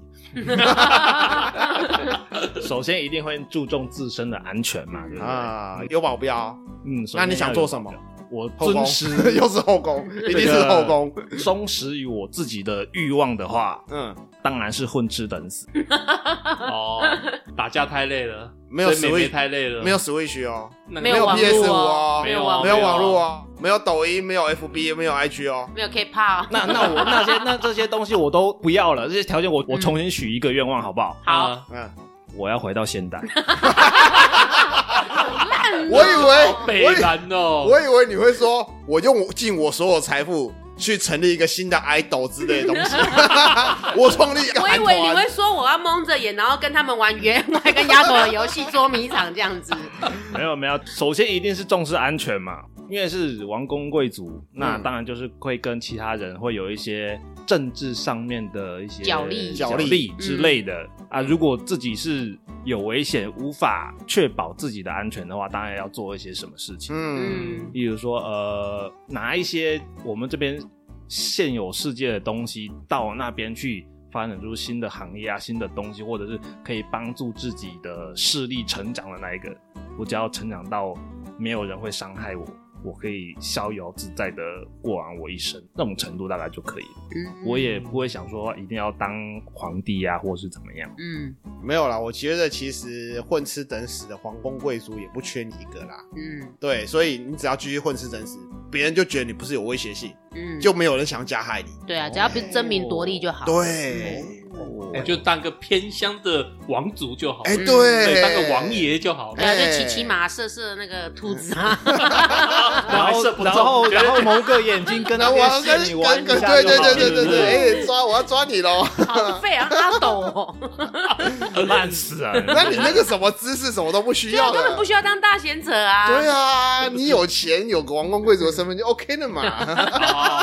B: 首先一定会注重自身的安全嘛，对不对？
C: 啊，有保镖，
B: 嗯，首先
C: 那你想做什
B: 要
C: 么
B: 有？？我
C: 后宫
B: 遵 实
C: 又是后宫，一定是后宫。
B: 忠实于我自己的欲望的话，
C: 嗯，
B: 当然是混吃等死。
E: 哦，打架太累了，
C: 没有
E: 追妹妹
C: Switch
E: 太累了，
C: 没有 Switch 哦，
E: 那个
D: 没
C: 没有
D: 网
C: PS 五
D: 络
C: 哦
D: 哦，
E: 没有
D: 网
E: 网
C: 没有
E: 络
C: 网络哦，没有抖音，没有 FB，没有 IG 哦。
D: 没有 K-pop。
B: 那那我那些那这些东西我都不要了，这些条件我我重新许一个愿望好不好？
D: 好，
E: 嗯
C: 嗯，
B: 嗯我要回到现代。
C: 我以
E: 好
C: 为
E: 北
C: 我以
E: 蓝哦，
C: 我以为你会说，我用尽我所有财富去成立一个新的 idol 之类的东 西，我创立一个
D: 我以
C: 韩
D: 为你会
C: 团。
D: 说我要蒙着眼，然后跟他们玩原来跟丫头的游戏捉迷藏这样子。
B: 没有没有，首先一定是重视安全嘛，因为是王公贵族，那当然就是会跟其他人会有一些政治上面的一些
D: 角力
B: 角
C: 角
B: 力
C: 力
B: 之类的、啊。如果自己是有危险，无法确保自己的安全的话，当然要做一些什么事情，
C: 嗯，
D: 嗯，
B: 例如说呃，拿一些我们这边现有世界的东西到那边去。发展出新的行业啊，新的东西，或者是可以帮助自己的势力成长的那一个，我只要成长到没有人会伤害我，我可以逍遥自在的过完我一生，那种程度大概就可以了。
D: 嗯
B: 我也不会想说一定要当皇帝啊，或是怎么样。
D: 嗯
C: 没有啦，我觉得其实混吃等死的皇宫贵族也不缺你一个啦。
D: 嗯
C: 对，所以你只要继续混吃等死，别人就觉得你不是有威胁性，
D: 嗯，
C: 就没有人想要加害你。
D: 对啊，只要不是争名夺利就好。哎嗯
C: 对，哎
E: 我就当个偏乡的王族就好，
C: 哎，
D: 嗯
E: 对，
C: 对，
E: 当个王。爷就好
D: 对
E: 了。
D: 啊，
C: 哎
D: 就骑骑马射射那个兔子啊。
E: 然后射不中
B: 然后然后某个眼睛跟他
C: 然 后我要跟
B: 跟你玩一
C: 跟
B: 下
C: 对
B: 就
C: 对
B: 好
C: 对对对
B: 了
C: 对，哎，抓我要抓你喽！
D: 好废啊，阿斗哦，
B: 对，烂死啊！
C: 那你那个什么姿势什么都 不需
D: 对啊，
C: 要
D: 根本
C: 的
D: 不。需要当大贤者啊。
C: 对啊，你有钱有个王公贵族的身份就 OK 了嘛。
E: 好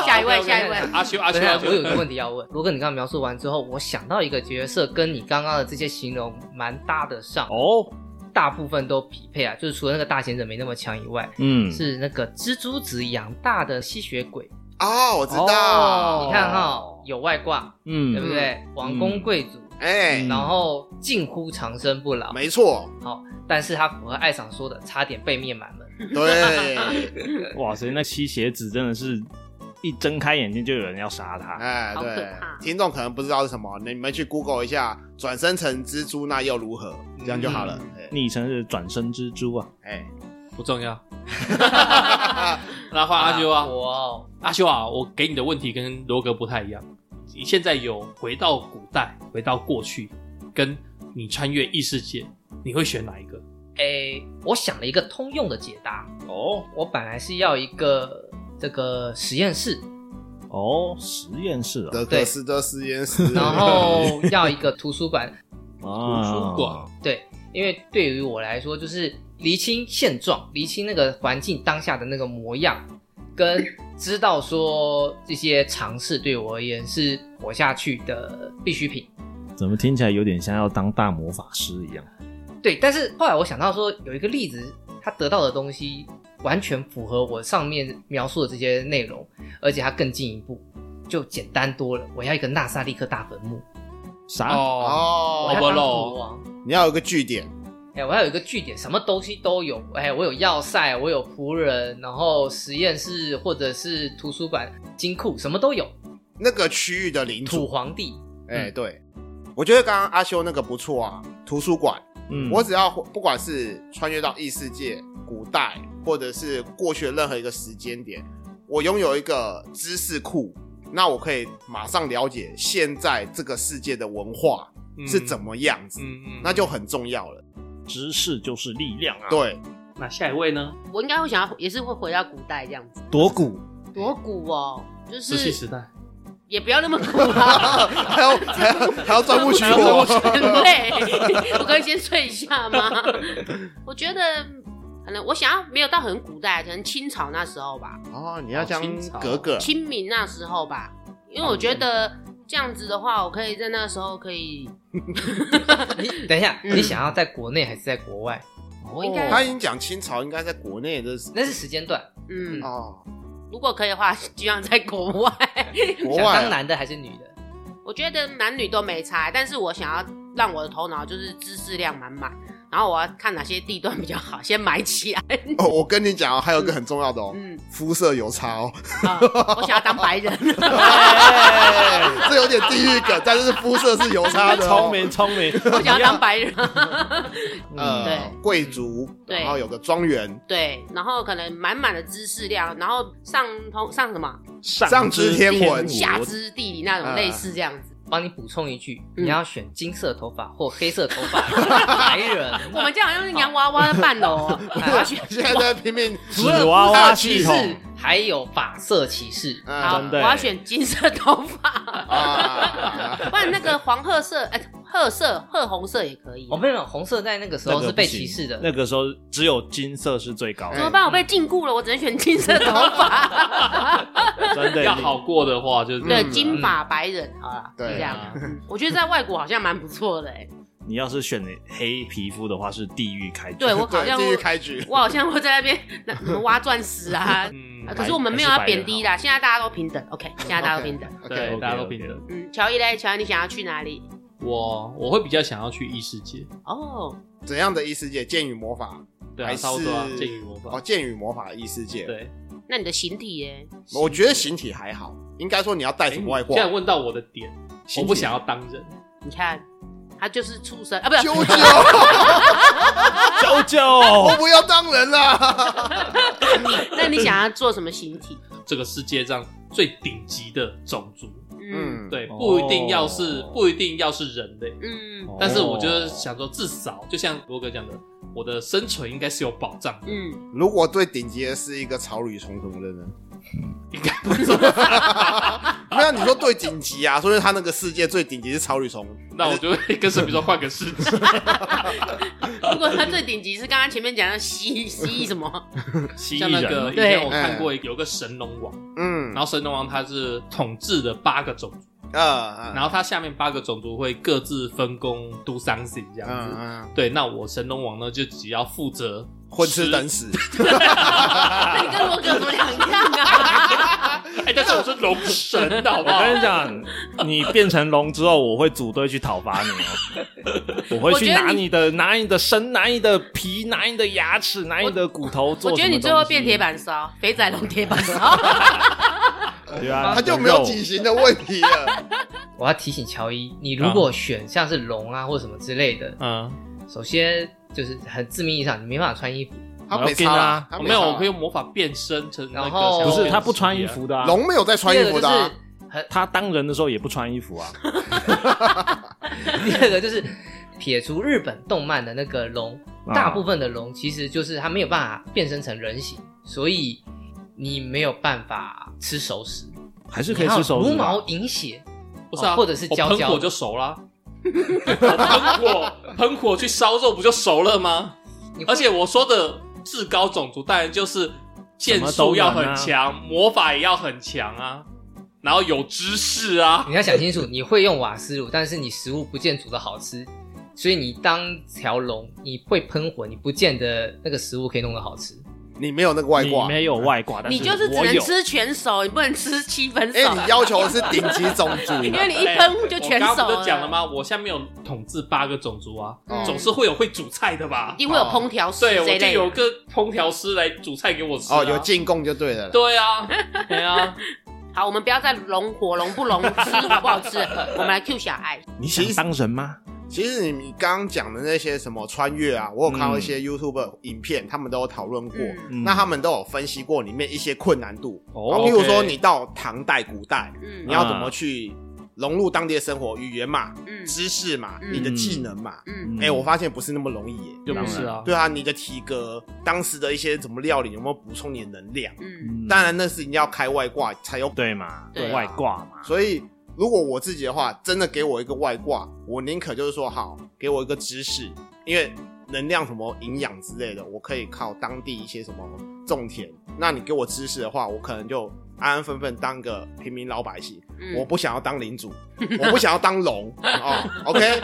D: 下一位
E: 哦 OK，OK，
D: 下一位
E: 阿修阿修
A: 对
E: 阿
A: 啊，
E: 修，
A: 我有一个问题要问。 罗哥，你刚刚描述完之后，我想到一个角色，跟你刚刚的这些形容蛮搭得上，
B: 哦，
A: 大部分都匹配啊。就是除了那个大贤者没那么强以外，
B: 嗯，
A: 是那个蜘蛛子养大的吸血鬼。
C: 啊，我知道。
B: 哦
A: 你看哈，有外挂，对不
B: 嗯，
A: 对？王公贵族，
C: 哎，
D: 嗯
A: 然后近乎长生不老。
C: 没错，
A: 好，但是他符合艾赏说的，差点被灭满门。
C: 对，
B: 哇塞，那吸血子真的是一睁开眼睛就有人要杀他。
C: 哎，
D: 好可
C: 对
D: 怕，
C: 听众可能不知道是什么，你们去 Google 一下，转身成蜘蛛那又如何？这样就好了。
D: 嗯
B: 昵称是转身蜘蛛啊，
C: 哎，
E: 不重要。那换阿修啊，
A: 哇哦，
E: 阿修啊，我给你的问题跟罗格不太一样。你现在有回到古代，回到过去，跟你穿越异世界，你会选哪一个？
A: 哎，我想了一个通用的解答。
B: 哦
A: 我本来是要一个这个实验室，
B: 哦，实验室啊，
C: 德克斯的实验室，
A: 然后要一个图书馆。
B: 哦
E: 图书馆
A: 对，因为对于我来说，就是厘清现状，厘清那个环境当下的那个模样，跟知道说这些尝试对我而言是活下去的必需品。
B: 怎么听起来有点像要当大魔法师一样？
A: 对，但是后来我想到说，有一个例子，他得到的东西完全符合我上面描述的这些内容，而且它更进一步，就简单多了。我要一个纳萨利克大坟墓，
B: 啥？
E: 哦，
A: 我
C: 哦
A: 要，当国
E: Overlord
A: 王，
C: 你要有一个据点，
A: 哎，我要有一个据点，什么东西都有。哎，我有要塞，我有仆人，然后实验室或者是图书馆、金库，什么都有。
C: 那个区域的领
A: 土
C: 土。
A: 皇 帝，
C: 哎、对，我觉得刚刚阿修那个不错啊，图书馆。
B: 嗯
C: 我只要不管是穿越到异世界、古代，或者是过去的任何一个时间点，我拥有一个知识库，那我可以马上了解现在这个世界的文化是怎
E: 么？
C: 么样子，
E: 嗯嗯，
C: 那就很重要了。
B: 知识就是力量啊！，
C: 对，
E: 那下一位呢？
D: 我应该会想要，也是会回到古代这样子，
B: 夺骨
D: 多古哦，就
E: 石器
D: 是
E: 时代，
D: 也不要那么古啊。
C: 还要还要还要钻木取火，
D: 很累，我可以先睡一下吗？ 我觉得可能我想要没有到很古代，可能清朝那时候吧，
C: 哦，你要
E: 哦
C: 将
E: 清朝
C: 格格
D: 清明那时候吧，因为我觉得这样子的话，我可以在那时候可以，
A: 你等一下，
D: 嗯
A: 你想要在国内还是在国外？
B: 哦
D: 我应该
C: 他已经讲清朝，应该在国内的是
A: 那是时间段。
D: 嗯，
C: 哦，
D: 如果可以的话，希望在国外。
C: 国
A: 想
C: 外
A: 当
C: 啊
A: 男的还是女的？
D: 我觉得男女都没差，但是我想要让我的头脑就是知识量满满，然后我要看哪些地段比较好，先买起来。
C: 哦，我跟你讲哦，还有一个很重要的哦，
D: 嗯，
C: 肤色有差哦，
D: 啊、我想要当白人。
C: 这有点地域梗，但是肤色是有差的哦
B: 聪。明聪明，
D: 我想要当白人，
C: 呃，
D: 对
C: 贵族，
D: 对
C: 然后有个庄园，
D: 对，然后可能满满的知识量，然后上通上什么
C: 上知天文
D: 下知地理那种类似这样子。
A: 帮你补充一句，
D: 嗯
A: 你要选金色头发或黑色头 发的白人。
D: 我们这样好像是洋娃娃的半楼、哦，我要选
C: 现在在拼命
B: 纸娃娃
A: 歧
B: 系
A: 视
B: 统，嗯
A: 还有发色歧视。
D: 好，
C: 啊
B: 真
D: 我
B: 的
D: 要选金色头发，
C: 啊！
D: 不然那个黄褐色，哎、褐色、褐红色也可以
A: 我。哦没有红色，在那个时
B: 那
A: 候
B: 个
A: 是被
B: 不行
A: 歧视的。
B: 那个时候只有金色是最高
D: 怎么
B: 的，
D: 办？我被禁锢了，我只能选金色头发。
B: 真的
E: 要好过的话就是
D: 对，
A: 嗯
D: 金发白人，好了，就
C: 对
D: 这样
E: 啊。
D: 嗯我觉得在外国好像蛮不错的、哎，
B: 你要是选黑皮肤的话，是地狱开局。
D: 对我好
C: 对，
D: 像
C: 继续开局，
D: 我好像会在那边那什么挖钻石啊，
E: 嗯
D: 啊，可是我们没有要贬低啦，现在大家都平等，OK，现在大家都平等。
E: 对
B: OK，
E: 大家都
B: OK，
E: 平等。
D: 嗯，乔伊嘞，乔伊，你想要去哪里？
E: 我我会比较想要去异世界，
D: 哦，
C: 怎样的异世界？剑与魔法
E: 对啊，
C: 还是
E: 差不多啊，这与魔
C: 哦，
E: 法。
C: 剑与魔法异世界。，
E: 对，
D: 那你的形体耶？
C: 我觉得形体还好，应该说你要带哎什么外
E: 现
C: 挂？
E: 在问到我的点，我
C: 形体
E: 不想要当人，
D: 你看，他就是畜生啊，不是
C: 啾啾，
B: 啾
C: 我
B: 啾，
C: 不要当人啦！
D: 那你想要做什么形体？
E: 这个世界上最顶级的种族，
D: 嗯
C: 嗯，哦
E: 对，
B: 哦
E: 不一定要是不一定要是人类，
D: 嗯
E: 但是我就是想说，至少就像罗哥讲的，我的生存应该是有保障的，
D: 嗯，
C: 如果最顶级的是一个草履虫什么的呢？
E: 应该不错。
C: 没有，你说最顶级啊，所以他那个世界最顶级是草履虫。
E: 那我就会跟神比说换个世 界，
D: 如果他最顶级是刚刚前面讲的蜥蜥什
E: 啊
D: 么？
B: 蜥
E: 像那
B: 蜴
E: 个
B: 人
E: 以前
D: 对
E: 我看过一个有个神龙王，
C: 嗯，
E: 然后神龙王他是统治了八个种族，
C: 呃，
E: 然后他下面八个种族会各自分工 do something 这样子。
C: 嗯，
E: 对，那我神龙王呢，就只要负责
C: 混吃等死。
D: 那你跟罗哥有什么两样 啊？
E: 哎，但是我是龙 神的，好不
B: 我
E: 好？
B: 跟你讲，你变成龙之后，我会组队去讨伐你哦。 我会去拿你的，拿你的身，拿你的皮，拿你的牙齿，拿你的骨头做。
D: 我觉得你最后变铁，板烧，肥仔龙铁板烧。
B: 对啊，
C: 他就没有体型的问题了。
A: 我要提醒乔伊，你如
B: 啊
A: 果选像是龙啊或什么之类的，
E: 嗯，
A: 首先就是很字面意义上你没办法穿衣服，
C: 他没差啦，他
E: 我
C: 没
E: 没有，
C: 差啦
E: 我可以用魔法变身成那个
A: 然后
E: 像
B: 不
E: 变
B: 是
E: 身
B: 他不穿
E: 器
B: 衣
E: 啊，
B: 服的啊，
C: 龙没有在穿衣服
A: 第
C: 的
A: 二
C: 啊
A: 个。就是很
B: 他当人的时候也不穿衣服啊。
A: 第二个就是 撇除日本动漫的那个龙，
B: 啊
A: 大部分的龙其实就是它没有办法变身成人形，所以你没有办法吃熟食，
B: 还是可以吃手
C: 啊
A: 你要
B: 指
A: 茹
B: 吧
A: 毛饮血，
E: 不是啊，
A: 或者是
E: 我
A: 胶
E: 喷
A: 胶
E: 火就熟啦。我喷火喷火去烧肉不就熟了吗？
A: 你会
E: 而且我说的至高种族当然就是剑
B: 什么都
E: 术要
B: 能啊
E: 很强，魔法也要很强啊，然后有知识啊。
A: 你要想清 楚，你会用瓦斯炉，但是你食物不见煮的好吃，所以你当条龙，你会喷火，你不见得那个食物可以弄得好吃。
C: 你没有那个外
B: 你
C: 挂，
B: 没有外挂，但
D: 你就是只
B: 我
D: 能
B: 有。
D: 吃全熟，你不能吃七分
C: 因
E: 哎
D: 熟
C: 为，你要求是顶级种族，
D: 因为你一喷就全
E: 我
D: 熟
E: 刚刚不是讲了？吗？我下面有统治八个种族啊，
D: 嗯哦
E: 总是会有会煮菜的吧
D: 一？定会有烹调师
E: 对，
D: 这
E: 我
D: 一
E: 就
D: 类
E: 有
D: 的。
E: 个烹调师来煮菜给我吃、啊。
C: 哦，有进贡就对了啦。
E: 对啊， 对啊，
D: 好，我们不要再龙火龙不龙吃好不好吃，我们来 Q 小爱。
B: 你想当人吗？
C: 其实你刚刚讲的那些什么穿越啊，我有看到一些 YouTube 影片，他们都有讨论过，
D: 嗯
B: 嗯
C: 那他们都有分析过里面一些困难度。
B: 哦
C: 譬如说
E: OK
C: 你到唐代、古代，
D: 嗯
C: 你要怎么去融入当地的生活，语言嘛、
D: 嗯
C: 知识嘛、
D: 嗯
C: 你的技能嘛。
D: 嗯
C: 哎、我发现不是那么容易耶。
E: 就不是啊。
C: 对啊，你的体格、当时的一些怎么料理，有没有补充你的能量？
D: 嗯
B: 嗯
C: 当然，那是你要开外挂才有。
B: 对嘛，
D: 对啊
B: 外挂嘛，
C: 所以，如果我自己的话，真的给我一个外挂，我宁可就是说好，给我一个知识，因为能量什么营养之类的，我可以靠当地一些什么种田。那你给我知识的话，我可能就安安分分当个平民老百姓。
D: 嗯
C: 我不想要当领主，我不想要当 龙哦。OK，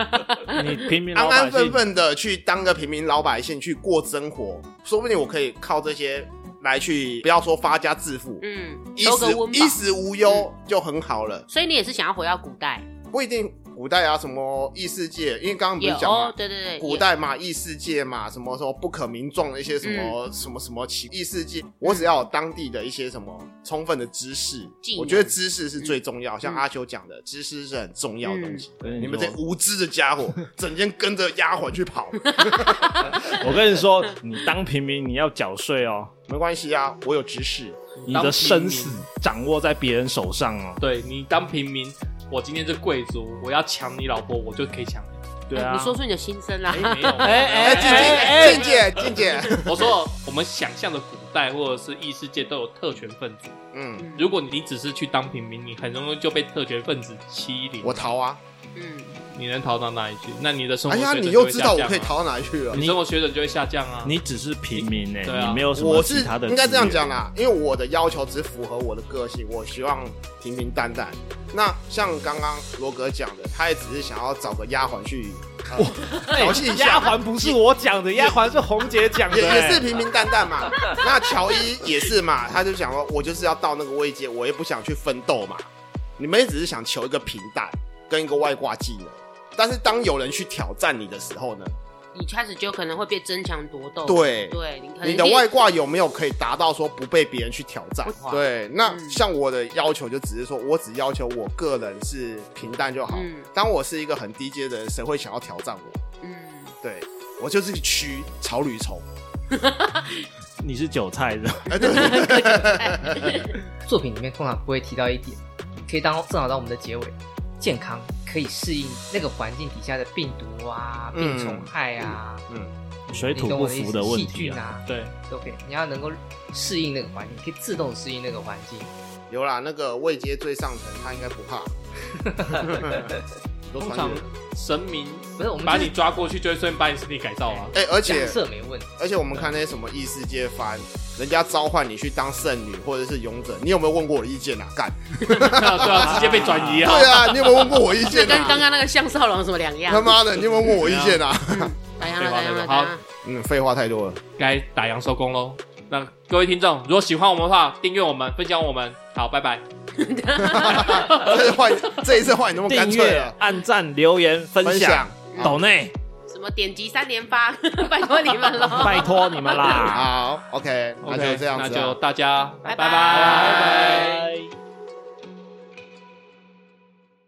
B: 你平民
C: 安
B: 老百
C: 安分
B: 姓
C: 分的去当个平民老百姓去过生活，说不定我可以靠这些来去，不要说发家致富，
D: 嗯，
C: 衣
D: 收个
C: 食
D: 温饱
C: 衣。食无忧就很好了。
D: 所以你也是想要回到古代？
C: 不一定古代啊，什么异世界，因为刚刚不是
D: 有哦
C: 讲嘛，
D: 对对对，
C: 古代嘛，异世界嘛，什么什么不可名状的一些什
D: 嗯
C: 么、什么什么奇异世界，我只要有当地的一些什么充分的知识
D: 技，能嗯
C: 我觉得知识是最重要。像阿修讲的，知识是很重要的东西。
B: 对
C: 你们
B: 就
C: 这无知的家 伙，整天跟着丫鬟去跑，
B: 我跟你说，你当平民你要缴税哦，
C: 没关系啊，我有知识。
B: 你的生死掌握在别人手上哦。
E: 对你当平民，我今天是贵族，我要抢你老婆，我就可以抢你。
B: 对
D: 哎
B: 啊，
D: 你说出你的心声啦
E: 哎、。没有，
B: 哎
C: 哎，
E: 哎
B: 哎
C: 静姐，静姐，静姐，
E: 我说我们想象的古代或者是异世界都有特权分子，
C: 嗯，
E: 如果你只是去当平民，你很容易就被特权分子欺凌。
C: 我，逃啊！
D: 嗯，
E: 你能逃到哪里去？那你的生活
C: 哎
E: 水
C: 呀，
E: 准
C: 你
E: 就
C: 又
E: 会
C: 知
E: 下
C: 道我
E: 降
C: 可以
E: 啊，
C: 逃到哪里去了。
E: 你生活水准就会下降啊。
B: 你只是平民呢、
E: 对啊
B: 你没有什么
C: 我
B: 其
C: 是
B: 他的。
C: 应该这样讲，啦，因为我的要求只符合我的个性，我希望平平淡淡。那像刚刚罗格讲的，他也只是想要找个丫鬟去，呃
B: 哎
C: 调戏一下
B: 丫鬟不是我讲的，丫鬟是红姐讲的、
C: 也也
B: 哎
C: 是平平淡淡嘛。那乔伊也是嘛，他就想说，我就是要到那个位阶，我也不想去奋斗嘛。你们也只是想求一个平淡跟一个外挂技能，但是当有人去挑战你的时候呢，
D: 你开始就可能会被争强夺
B: 哦
D: 斗。
C: 对
D: 对，你可能
C: 你的
D: 练
C: 外挂有没有可以达到说不被别人去挑战？对，那
D: 嗯
C: 像我的要求就只是说，我只要求我个人是平淡就好。
D: 嗯
C: 当我是一个很低阶的人，谁会想要挑战我？
D: 嗯，
C: 对我就是个蛆草履虫。
B: 你是韭菜 的，
C: 哎、对对对，
A: 作品里面通常不会提到一点，可以当正好当我们的结尾，健康可以适应那个环境底下的病毒啊、
C: 嗯
A: 病虫害啊、
B: 水
A: 你
B: 土
A: 懂
B: 不
A: 我的意
B: 服
A: 思
B: 的问
A: 细
B: 题
A: 菌
B: 啊。
A: 啊
E: 对，
A: 都可以。你要能够适应那个环境，可以自动适应那个环境。
C: 有啦，那个位阶最上层他应该不怕， 都
E: 通
C: 穿
E: 常
C: 越了。
E: 神明
A: 不是我们
E: 把
A: 就是
E: 你抓过去，就会顺便把你身体改造 啊。
C: 哎、而
A: 假
C: 且
A: 设没问题，
C: 而且我们看那些什么异世界番，人家召唤你去当圣女或者是勇者，你有没有问过我的意见啊？干，
E: 对啊，直接被转移啊。
C: 对啊，你有没有问过我意
D: 这
C: 见
D: 跟刚
C: 啊？
D: 刚那个项少龙有什么两样
C: 他？妈的，你有没有问过我意见啊？
D: 打烊了，打烊了，
E: 废话
D: 打
E: 好
D: 烊了。
C: 嗯，废话太多了。
E: 该打烊收工喽。那各位听众，如果喜欢我们的话，订阅我们，分享我们。好，拜拜。
C: 这次换，这一次换你那么干
B: 订
C: 脆
B: 阅
C: 了。、
B: 按赞、留言、分
C: 分
B: 享
C: 享、
B: 抖内，
D: 什么点击三连发， 拜托你们了。
B: 拜托你 们啦！
C: 好，OK，那
E: OK，
C: 就这样子
E: 那
C: 啊。
E: 就大家
D: 拜拜
E: 拜拜
B: 拜。